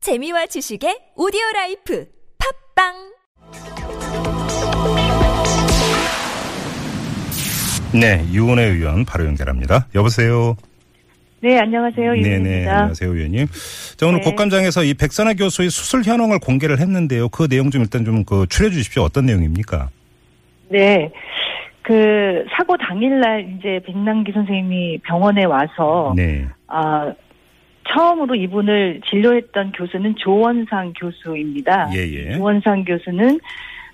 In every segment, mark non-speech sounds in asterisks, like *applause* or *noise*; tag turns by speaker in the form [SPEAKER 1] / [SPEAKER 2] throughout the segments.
[SPEAKER 1] 재미와 지식의 오디오 라이프 팝빵
[SPEAKER 2] 네, 유은혜 의원 바로 연결합니다. 여보세요.
[SPEAKER 3] 네, 안녕하세요.
[SPEAKER 2] 음, 네네,
[SPEAKER 3] 유진입니다.
[SPEAKER 2] 안녕하세요, 의원님. 자, 오늘
[SPEAKER 3] 네.
[SPEAKER 2] 국감장에서 이 백선아 교수의 수술 현황을 공개를 했는데요. 그 내용 좀 일단 좀 그 추려 주십시오. 어떤 내용입니까?
[SPEAKER 3] 네. 그 사고 당일날 이제 백남기 선생님이 병원에 와서
[SPEAKER 2] 네.
[SPEAKER 3] 아 처음으로 이분을 진료했던 교수는 조원상 교수입니다.
[SPEAKER 2] 예, 예.
[SPEAKER 3] 조원상 교수는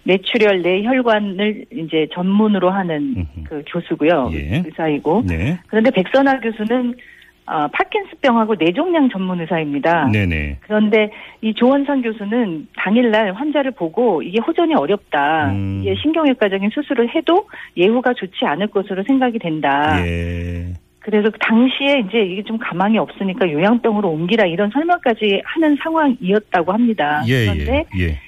[SPEAKER 3] 뇌출혈 뇌혈관을 이제 전문으로 하는
[SPEAKER 2] 음흠.
[SPEAKER 3] 그 교수고요.
[SPEAKER 2] 예.
[SPEAKER 3] 의사이고
[SPEAKER 2] 네.
[SPEAKER 3] 그런데 백선아 교수는 아, 파킨스병하고 뇌종양 전문 의사입니다.
[SPEAKER 2] 네네.
[SPEAKER 3] 그런데 이 조원선 교수는 당일날 환자를 보고 이게 호전이 어렵다.
[SPEAKER 2] 음.
[SPEAKER 3] 이게 신경외과적인 수술을 해도 예후가 좋지 않을 것으로 생각이 된다.
[SPEAKER 2] 예.
[SPEAKER 3] 그래서 그 당시에 이제 이게 좀 가망이 없으니까 요양병으로 옮기라 이런 설명까지 하는 상황이었다고 합니다.
[SPEAKER 2] 예,
[SPEAKER 3] 아. 그런데
[SPEAKER 2] 예. 예.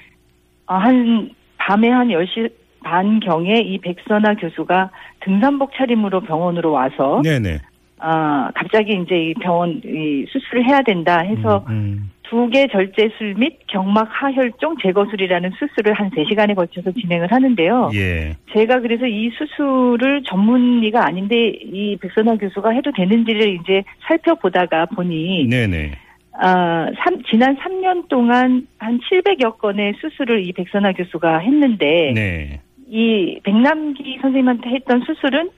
[SPEAKER 3] 어, 한 밤에 한 10시 반 경에 이 백선아 교수가 등산복 차림으로 병원으로 와서
[SPEAKER 2] 네네.
[SPEAKER 3] 아, 갑자기 이제 이 병원 이 수술을 해야 된다 해서
[SPEAKER 2] 음, 음.
[SPEAKER 3] 두개 절제술 및 경막 하혈종 제거술이라는 수술을 한 3시간에 걸쳐서 진행을 하는데요.
[SPEAKER 2] 예.
[SPEAKER 3] 제가 그래서 이 수술을 전문의가 아닌데 이 백선아 교수가 해도 되는지를 이제 살펴보다가 보니
[SPEAKER 2] 네네.
[SPEAKER 3] 아, 삼- 지난 3년 동안 한 700여 건의 수술을 이 백선아 교수가 했는데
[SPEAKER 2] 네.
[SPEAKER 3] 이 백남기 선생님한테 했던 수술은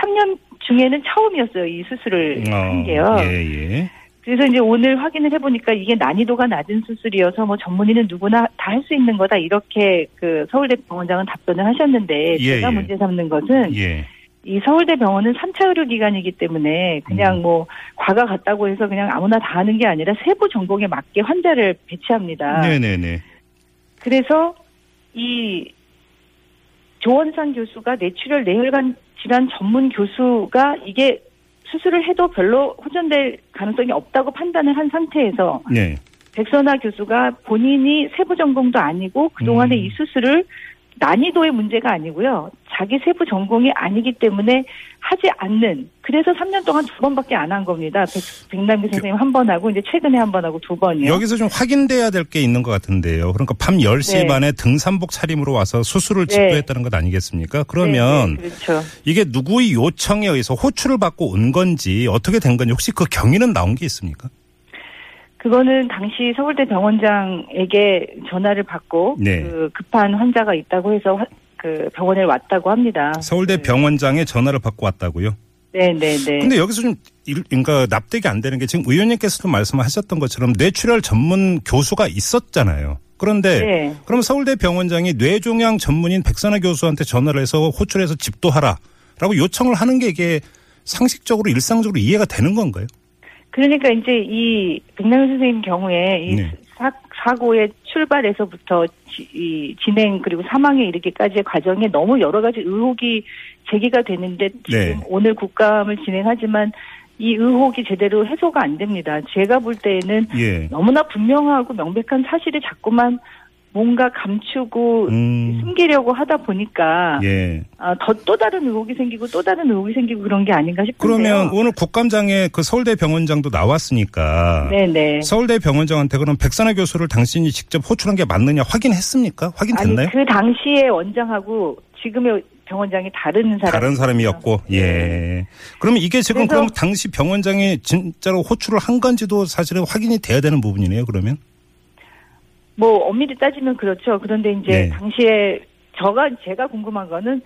[SPEAKER 3] 3년 중에는 처음이었어요. 이 수술을 네. 한 게요.
[SPEAKER 2] 예, 예.
[SPEAKER 3] 그래서 이제 오늘 확인을 해보니까 이게 난이도가 낮은 수술이어서 뭐 전문의는 누구나 다 할 수 있는 거다 이렇게 그 서울대 병원장은 답변을 하셨는데
[SPEAKER 2] 예,
[SPEAKER 3] 제가
[SPEAKER 2] 예.
[SPEAKER 3] 문제 삼는 것은
[SPEAKER 2] 예.
[SPEAKER 3] 이 서울대 병원은 3차 의료 기관이기 때문에 그냥
[SPEAKER 2] 음.
[SPEAKER 3] 뭐 과가 같다고 해서 그냥 아무나 다 하는 게 아니라 세부 전공에 맞게 환자를 배치합니다.
[SPEAKER 2] 네네네.
[SPEAKER 3] 그래서 이 조원상 교수가 뇌출혈 뇌혈관 질환 전문 교수가 이게 수술을 해도 별로 호전될 가능성이 없다고 판단을 한 상태에서
[SPEAKER 2] 네.
[SPEAKER 3] 백선아 교수가 본인이 세부 전공도 아니고 그동안의
[SPEAKER 2] 음.
[SPEAKER 3] 이 수술을 난이도의 문제가 아니고요. 자기 세부 전공이 아니기 때문에 하지 않는 그래서 3년 동안 두 번밖에 안 한 겁니다. 백, 백남기 선생님 한 번 하고 이제 최근에 한 번 하고 두 번이요.
[SPEAKER 2] 그 여기서 좀 확인돼야 될 게 있는 것 같은데요. 그러니까 밤 10시
[SPEAKER 3] 네.
[SPEAKER 2] 반에 등산복 차림으로 와서 수술을
[SPEAKER 3] 네.
[SPEAKER 2] 집도했다는 것 아니겠습니까? 그러면
[SPEAKER 3] 네, 네, 그렇죠.
[SPEAKER 2] 이게 누구의 요청에 의해서 호출을 받고 온 건지 어떻게 된 건지 혹시 그 경위는 나온 게 있습니까?
[SPEAKER 3] 그거는 당시 서울대 병원장에게 전화를 받고
[SPEAKER 2] 네.
[SPEAKER 3] 그 급한 환자가 있다고 해서 화- 그 병원에 왔다고 합니다.
[SPEAKER 2] 서울대 병원장에 전화를 받고 왔다고요.
[SPEAKER 3] 네, 네, 네.
[SPEAKER 2] 근데 여기서 좀 일- 그러니까 납득이 안 되는 게 지금 의원님께서도 말씀하셨던 것처럼 뇌출혈 전문 교수가 있었잖아요. 그런데
[SPEAKER 3] 네.
[SPEAKER 2] 그럼 서울대 병원장이 뇌종양 전문인 백선아 교수한테 전화를 해서 호출해서 집도하라라고 요청을 하는 게 이게 상식적으로 일상적으로 이해가 되는 건가요?
[SPEAKER 3] 그러니까 이제 이 백남현 선생님 경우에 이
[SPEAKER 2] 네.
[SPEAKER 3] 사, 사고의 출발에서부터 지, 이 진행 그리고 사망에 이르기까지의 과정에 너무 여러 가지 의혹이 제기가 되는데 지금
[SPEAKER 2] 네.
[SPEAKER 3] 오늘 국감을 진행하지만 이 의혹이 제대로 해소가 안 됩니다. 제가 볼 때에는
[SPEAKER 2] 예.
[SPEAKER 3] 너무나 분명하고 명백한 사실을 자꾸만 뭔가 감추고
[SPEAKER 2] 음.
[SPEAKER 3] 숨기려고 하다 보니까 아,
[SPEAKER 2] 예.
[SPEAKER 3] 더 또 다른 의혹이 생기고 또 다른 의혹이 생기고 그런 게 아닌가 싶은데요.
[SPEAKER 2] 그러면 오늘 국감장에 그 서울대 병원장도 나왔으니까
[SPEAKER 3] 네네.
[SPEAKER 2] 서울대 병원장한테 그럼 백선아 교수를 당신이 직접 호출한 게 맞느냐 확인했습니까? 확인됐나요?
[SPEAKER 3] 아니 그 당시에 원장하고 지금의 병원장이 다른 사람.
[SPEAKER 2] 다른 사람이었고 예. 그러면 이게 지금
[SPEAKER 3] 그래서-
[SPEAKER 2] 그럼 당시 병원장이 진짜로 호출을 한 건지도 사실은 확인이 돼야 되는 부분이네요. 그러면
[SPEAKER 3] 뭐 엄밀히 따지면 그렇죠. 그런데 이제
[SPEAKER 2] 네. 음.
[SPEAKER 3] 당시에 저가 제가 궁금한 거는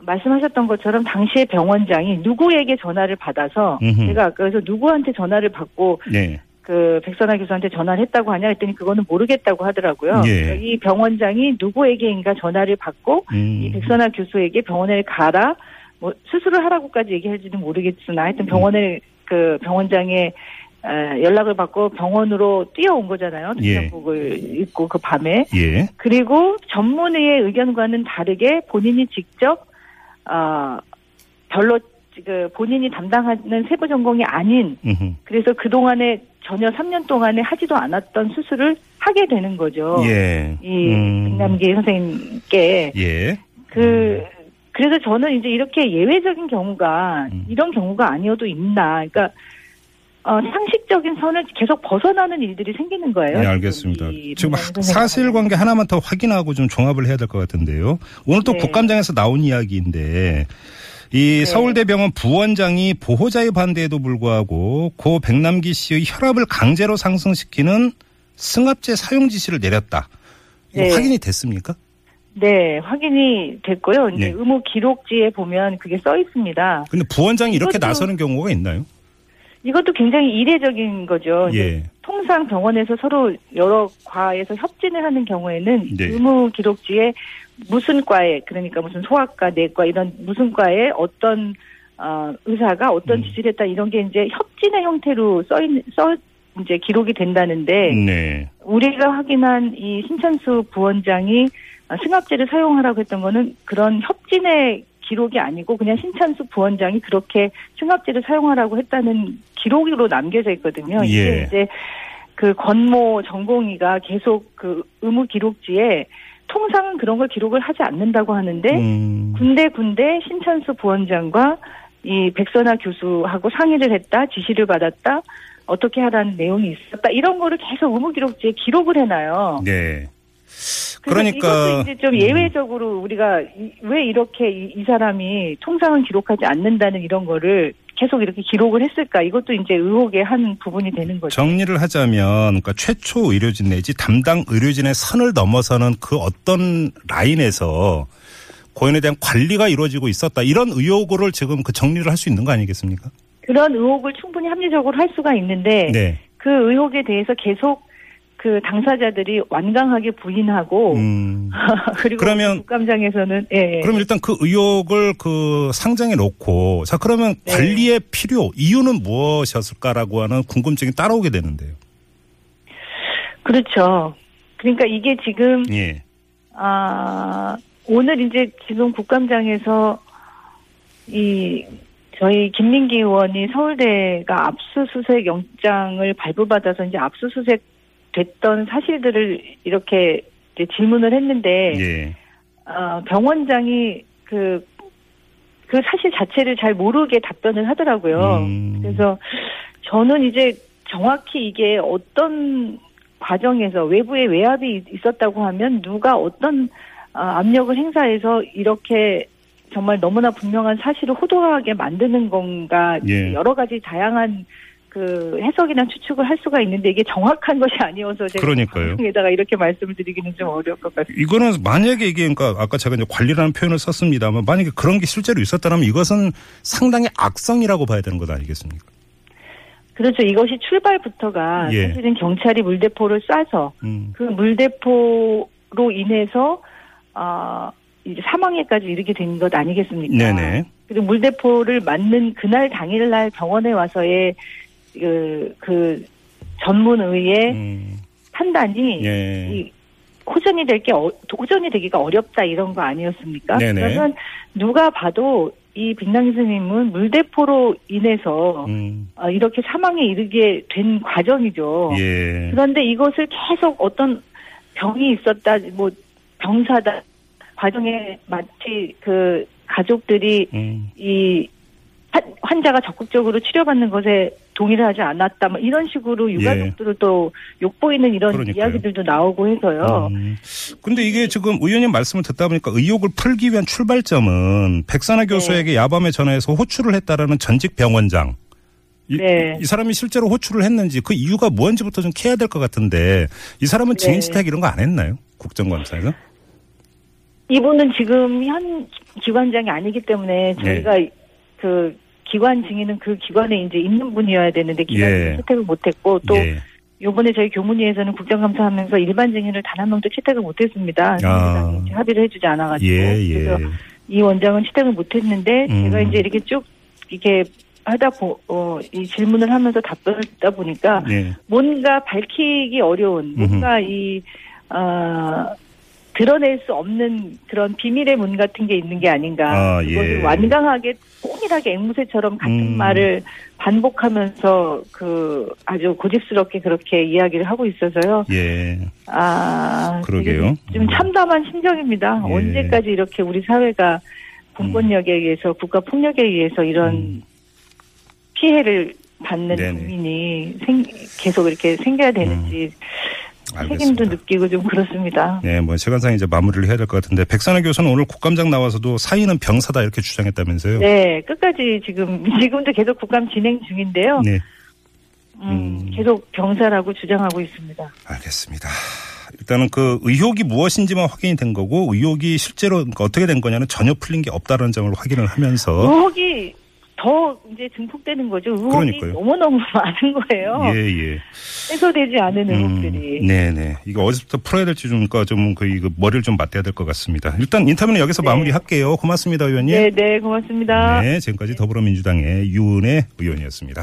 [SPEAKER 3] 말씀하셨던 것처럼 당시에 병원장이 누구에게 전화를 받아서
[SPEAKER 2] 음흠.
[SPEAKER 3] 제가 아까 그래서 누구한테 전화를 받고
[SPEAKER 2] 네.
[SPEAKER 3] 그 백선아 교수한테 전화를 했다고 하냐 했더니 그거는 모르겠다고 하더라고요. 그러니까
[SPEAKER 2] 예.
[SPEAKER 3] 이 병원장이 누구에게인가 전화를 받고
[SPEAKER 2] 음.
[SPEAKER 3] 이 백선아 교수에게 병원에 가라 뭐 수술을 하라고까지 얘기할지는 모르겠으나 하여튼 병원에
[SPEAKER 2] 음.
[SPEAKER 3] 그 병원장의 에, 연락을 받고 병원으로 뛰어온 거잖아요.
[SPEAKER 2] 예.
[SPEAKER 3] 등산복을 입고 그 밤에
[SPEAKER 2] 예.
[SPEAKER 3] 그리고 전문의의 의견과는 다르게 본인이 직접 아 별로 그 본인이 담당하는 세부 전공이 아닌
[SPEAKER 2] 음흠.
[SPEAKER 3] 그래서 그동안에 전혀 3년 동안에 하지도 않았던 수술을 하게 되는 거죠.
[SPEAKER 2] 예.
[SPEAKER 3] 이
[SPEAKER 2] 음.
[SPEAKER 3] 백남기 선생님께
[SPEAKER 2] 예.
[SPEAKER 3] 그 그래서 저는 이제 이렇게 예외적인 경우가
[SPEAKER 2] 음.
[SPEAKER 3] 이런 경우가 아니어도 있나. 그러니까 어, 상식적인 선을 계속 벗어나는 일들이 생기는 거예요.
[SPEAKER 2] 네, 알겠습니다.
[SPEAKER 3] 이
[SPEAKER 2] 지금
[SPEAKER 3] 문화인
[SPEAKER 2] 하-
[SPEAKER 3] 선생님.
[SPEAKER 2] 사실관계 하나만 더 확인하고 좀 종합을 해야 될 것 같은데요. 오늘 또
[SPEAKER 3] 네.
[SPEAKER 2] 국감장에서 나온 이야기인데 이 서울대병원 부원장이 보호자의 반대에도 불구하고 고 백남기 씨의 혈압을 강제로 상승시키는 승합제 사용 지시를 내렸다. 이거
[SPEAKER 3] 네.
[SPEAKER 2] 확인이 됐습니까?
[SPEAKER 3] 네, 확인이 됐고요. 이제
[SPEAKER 2] 네.
[SPEAKER 3] 의무 기록지에 보면 그게 써 있습니다.
[SPEAKER 2] 근데 부원장이 이렇게
[SPEAKER 3] 이것도-
[SPEAKER 2] 나서는 경우가 있나요?
[SPEAKER 3] 이것도 굉장히 이례적인 거죠. 이제
[SPEAKER 2] 예.
[SPEAKER 3] 통상 병원에서 서로 여러 과에서 협진을 하는 경우에는
[SPEAKER 2] 네.
[SPEAKER 3] 의무 기록지에 무슨 과에 그러니까 무슨 소아과, 내과 이런 무슨 과에 어떤 어, 의사가 어떤 지시를 했다 이런 게 이제 협진의 형태로 써 있, 써 이제 기록이 된다는데
[SPEAKER 2] 네.
[SPEAKER 3] 우리가 확인한 이 신천수 부원장이 승합제를 사용하라고 했던 거는 그런 협진의 기록이 아니고 그냥 신천수 부원장이 그렇게 승합제를 사용하라고 했다는 기록으로 남겨져 있거든요. 이게
[SPEAKER 2] 예.
[SPEAKER 3] 이제 그 건모 전공의가 계속 그 의무 기록지에 통상은 그런 걸 기록을 하지 않는다고 하는데
[SPEAKER 2] 음,
[SPEAKER 3] 군데 군데 신천수 부원장과 이 백선아 교수하고 상의를 했다, 지시를 받았다, 어떻게 하라는 내용이 있었다 이런 거를 계속 의무 기록지에 기록을 해놔요.
[SPEAKER 2] 네.
[SPEAKER 3] 그래서
[SPEAKER 2] 그러니까-
[SPEAKER 3] 이것도 이제 좀 예외적으로 우리가 이- 왜 이렇게 이, 이 사람이 통상은 기록하지 않는다는 이런 거를 계속 이렇게 기록을 했을까 이것도 이제 의혹의 한 부분이 되는 거죠.
[SPEAKER 2] 정리를 하자면 그러니까 최초 의료진 내지 담당 의료진의 선을 넘어서는 그 어떤 라인에서 고인에 대한 관리가 이루어지고 있었다 이런 의혹을 지금 그 정리를 할 수 있는 거 아니겠습니까?
[SPEAKER 3] 그런 의혹을 충분히 합리적으로 할 수가 있는데
[SPEAKER 2] 네.
[SPEAKER 3] 그 의혹에 대해서 계속 그 당사자들이 완강하게 부인하고
[SPEAKER 2] 음.
[SPEAKER 3] 그리고
[SPEAKER 2] 그러면-
[SPEAKER 3] 국감장에서는 예, 예.
[SPEAKER 2] 그럼 일단 그 의혹을 그 상장해 놓고 자 그러면
[SPEAKER 3] 네.
[SPEAKER 2] 관리의 필요 이유는 무엇이었을까라고 하는 궁금증이 따라오게 되는데요.
[SPEAKER 3] 그렇죠. 그러니까 이게 지금
[SPEAKER 2] 예.
[SPEAKER 3] 아 오늘 이제 지금 국감장에서 이 저희 김민기 의원이 서울대가 압수수색 영장을 발부받아서 이제 압수수색 됐던 사실들을 이렇게 이제 질문을 했는데
[SPEAKER 2] 예.
[SPEAKER 3] 아, 병원장이 그, 그 사실 자체를 잘 모르게 답변을 하더라고요.
[SPEAKER 2] 음.
[SPEAKER 3] 그래서 저는 이제 정확히 이게 어떤 과정에서 외부의 외압이 있었다고 하면 누가 어떤 아, 압력을 행사해서 이렇게 정말 너무나 분명한 사실을 호도하게 만드는 건가
[SPEAKER 2] 예.
[SPEAKER 3] 여러 가지 다양한 그 해석이나 추측을 할 수가 있는데 이게 정확한 *laughs* 것이 아니어서 제가
[SPEAKER 2] 그러니까요.
[SPEAKER 3] 방송에다가 이렇게 말씀을 드리기는 좀 어려울 것 같습니다.
[SPEAKER 2] 이거는 만약에 이게 그러니까 아까 제가 이제 관리라는 표현을 썼습니다만 만약에 그런 게 실제로 있었다면 이것은 상당히 악성이라고 봐야 되는 것 아니겠습니까?
[SPEAKER 3] 그렇죠. 이것이 출발부터가
[SPEAKER 2] 예.
[SPEAKER 3] 사실은 경찰이 물대포를 쏴서
[SPEAKER 2] 음.
[SPEAKER 3] 그 물대포로 인해서 아 이제 사망에까지 이르게 된 것 아니겠습니까?
[SPEAKER 2] 네네.
[SPEAKER 3] 그리고 물대포를 맞는 그날 당일날 병원에 와서의 그, 그 전문의의
[SPEAKER 2] 음.
[SPEAKER 3] 판단이
[SPEAKER 2] 예.
[SPEAKER 3] 네. 이 호전이 될 게 도전이 되기가 어렵다 이런 거 아니었습니까?
[SPEAKER 2] 네네.
[SPEAKER 3] 그러면 누가 봐도 이 빅랑이 스님은 물대포로 인해서
[SPEAKER 2] 음.
[SPEAKER 3] 어, 이렇게 사망에 이르게 된 과정이죠.
[SPEAKER 2] 예.
[SPEAKER 3] 그런데 이것을 계속 어떤 병이 있었다, 뭐 병사다 과정에 마치 그 가족들이
[SPEAKER 2] 음.
[SPEAKER 3] 이 환- 환자가 적극적으로 치료받는 것에 동의를 하지 않았다, 뭐 이런 식으로 유가족들을 또 욕보이는 이런
[SPEAKER 2] 예. 그러니까요.
[SPEAKER 3] 이야기들도 나오고 해서요.
[SPEAKER 2] 음. 근데 이게 지금 의원님 말씀을 듣다 보니까 의혹을 풀기 위한 출발점은
[SPEAKER 3] 네.
[SPEAKER 2] 백산하 교수에게 야밤에 전화해서 호출을 했다라는 전직 병원장. 이,
[SPEAKER 3] 네.
[SPEAKER 2] 이 사람이 실제로 호출을 했는지 그 이유가 뭔지부터 좀 캐야 될 것 같은데 이 사람은
[SPEAKER 3] 네.
[SPEAKER 2] 증인 수탁 이런 거 안 했나요? 국정감사에서?
[SPEAKER 3] 이분은 지금 현 기관장이 아니기
[SPEAKER 2] 네.
[SPEAKER 3] 때문에 저희가 그 기관 증인은 그 기관에 이제 있는 분이어야 되는데 기관
[SPEAKER 2] 예.
[SPEAKER 3] 증인 채택을 못했고 또
[SPEAKER 2] 예.
[SPEAKER 3] 요번에 저희 교문위에서는 국정감사하면서 일반 증인을 단 한 명도 채택을 못했습니다.
[SPEAKER 2] 아.
[SPEAKER 3] 이제 합의를 해주지 않아가지고
[SPEAKER 2] 예, 예.
[SPEAKER 3] 그래서 이 원장은 채택을 못했는데
[SPEAKER 2] 음.
[SPEAKER 3] 제가 이제 이렇게 쭉 이렇게 하다 보, 어, 이 질문을 하면서 답변을 듣다 보니까
[SPEAKER 2] 예.
[SPEAKER 3] 뭔가 밝히기 어려운
[SPEAKER 2] 음흠.
[SPEAKER 3] 뭔가 이 어, 드러낼 수 없는 그런 비밀의 문 같은 게 있는 게 아닌가.
[SPEAKER 2] 아,
[SPEAKER 3] 그것을
[SPEAKER 2] 예.
[SPEAKER 3] 완강하게 동일하게 앵무새처럼 같은
[SPEAKER 2] 음.
[SPEAKER 3] 말을 반복하면서 그 아주 고집스럽게 그렇게 이야기를 하고 있어서요.
[SPEAKER 2] 예.
[SPEAKER 3] 아
[SPEAKER 2] 그러게요. 음.
[SPEAKER 3] 되게 좀 참담한 심정입니다.
[SPEAKER 2] 예.
[SPEAKER 3] 언제까지 이렇게 우리 사회가
[SPEAKER 2] 음.
[SPEAKER 3] 공권력에 의해서 국가 폭력에 의해서 이런 피해를 받는
[SPEAKER 2] 네네.
[SPEAKER 3] 고민이 생- 계속 이렇게 생겨야 되는지 책임도
[SPEAKER 2] 음. 알겠습니다.
[SPEAKER 3] 느끼고 좀 그렇습니다.
[SPEAKER 2] 네, 뭐 시간상 이제 마무리를 해야 될 것 같은데 백선혜 교수는 오늘 국감장 나와서도 사이는 병사다 이렇게 주장했다면서요?
[SPEAKER 3] 네, 끝까지 지금 *laughs* 지금도 계속 국감 진행 중인데요.
[SPEAKER 2] 네,
[SPEAKER 3] 음, 계속 병사라고 주장하고 있습니다.
[SPEAKER 2] 알겠습니다. 일단은 그 의혹이 무엇인지만 확인이 된 거고 의혹이 실제로 그러니까 어떻게 된 거냐는 전혀 풀린 게 없다는 점을 확인을 하면서
[SPEAKER 3] 의혹이 더 이제 증폭되는 거죠. 의혹이
[SPEAKER 2] 그러니까요.
[SPEAKER 3] 너무너무 *laughs* 많은 거예요.
[SPEAKER 2] 예, 예.
[SPEAKER 3] 해소되지 않은
[SPEAKER 2] 음,
[SPEAKER 3] 의혹들이.
[SPEAKER 2] 네네. 이거 어디서부터 풀어야 될지 좀, 그러니까 좀, 그, 이거 머리를 좀 맞대야 될 것 같습니다. 일단 인터뷰는 여기서
[SPEAKER 3] 네.
[SPEAKER 2] 마무리할게요. 고맙습니다, 의원님.
[SPEAKER 3] 네, 네, 고맙습니다.
[SPEAKER 2] 네, 지금까지 더불어민주당의 유은혜 의원이었습니다.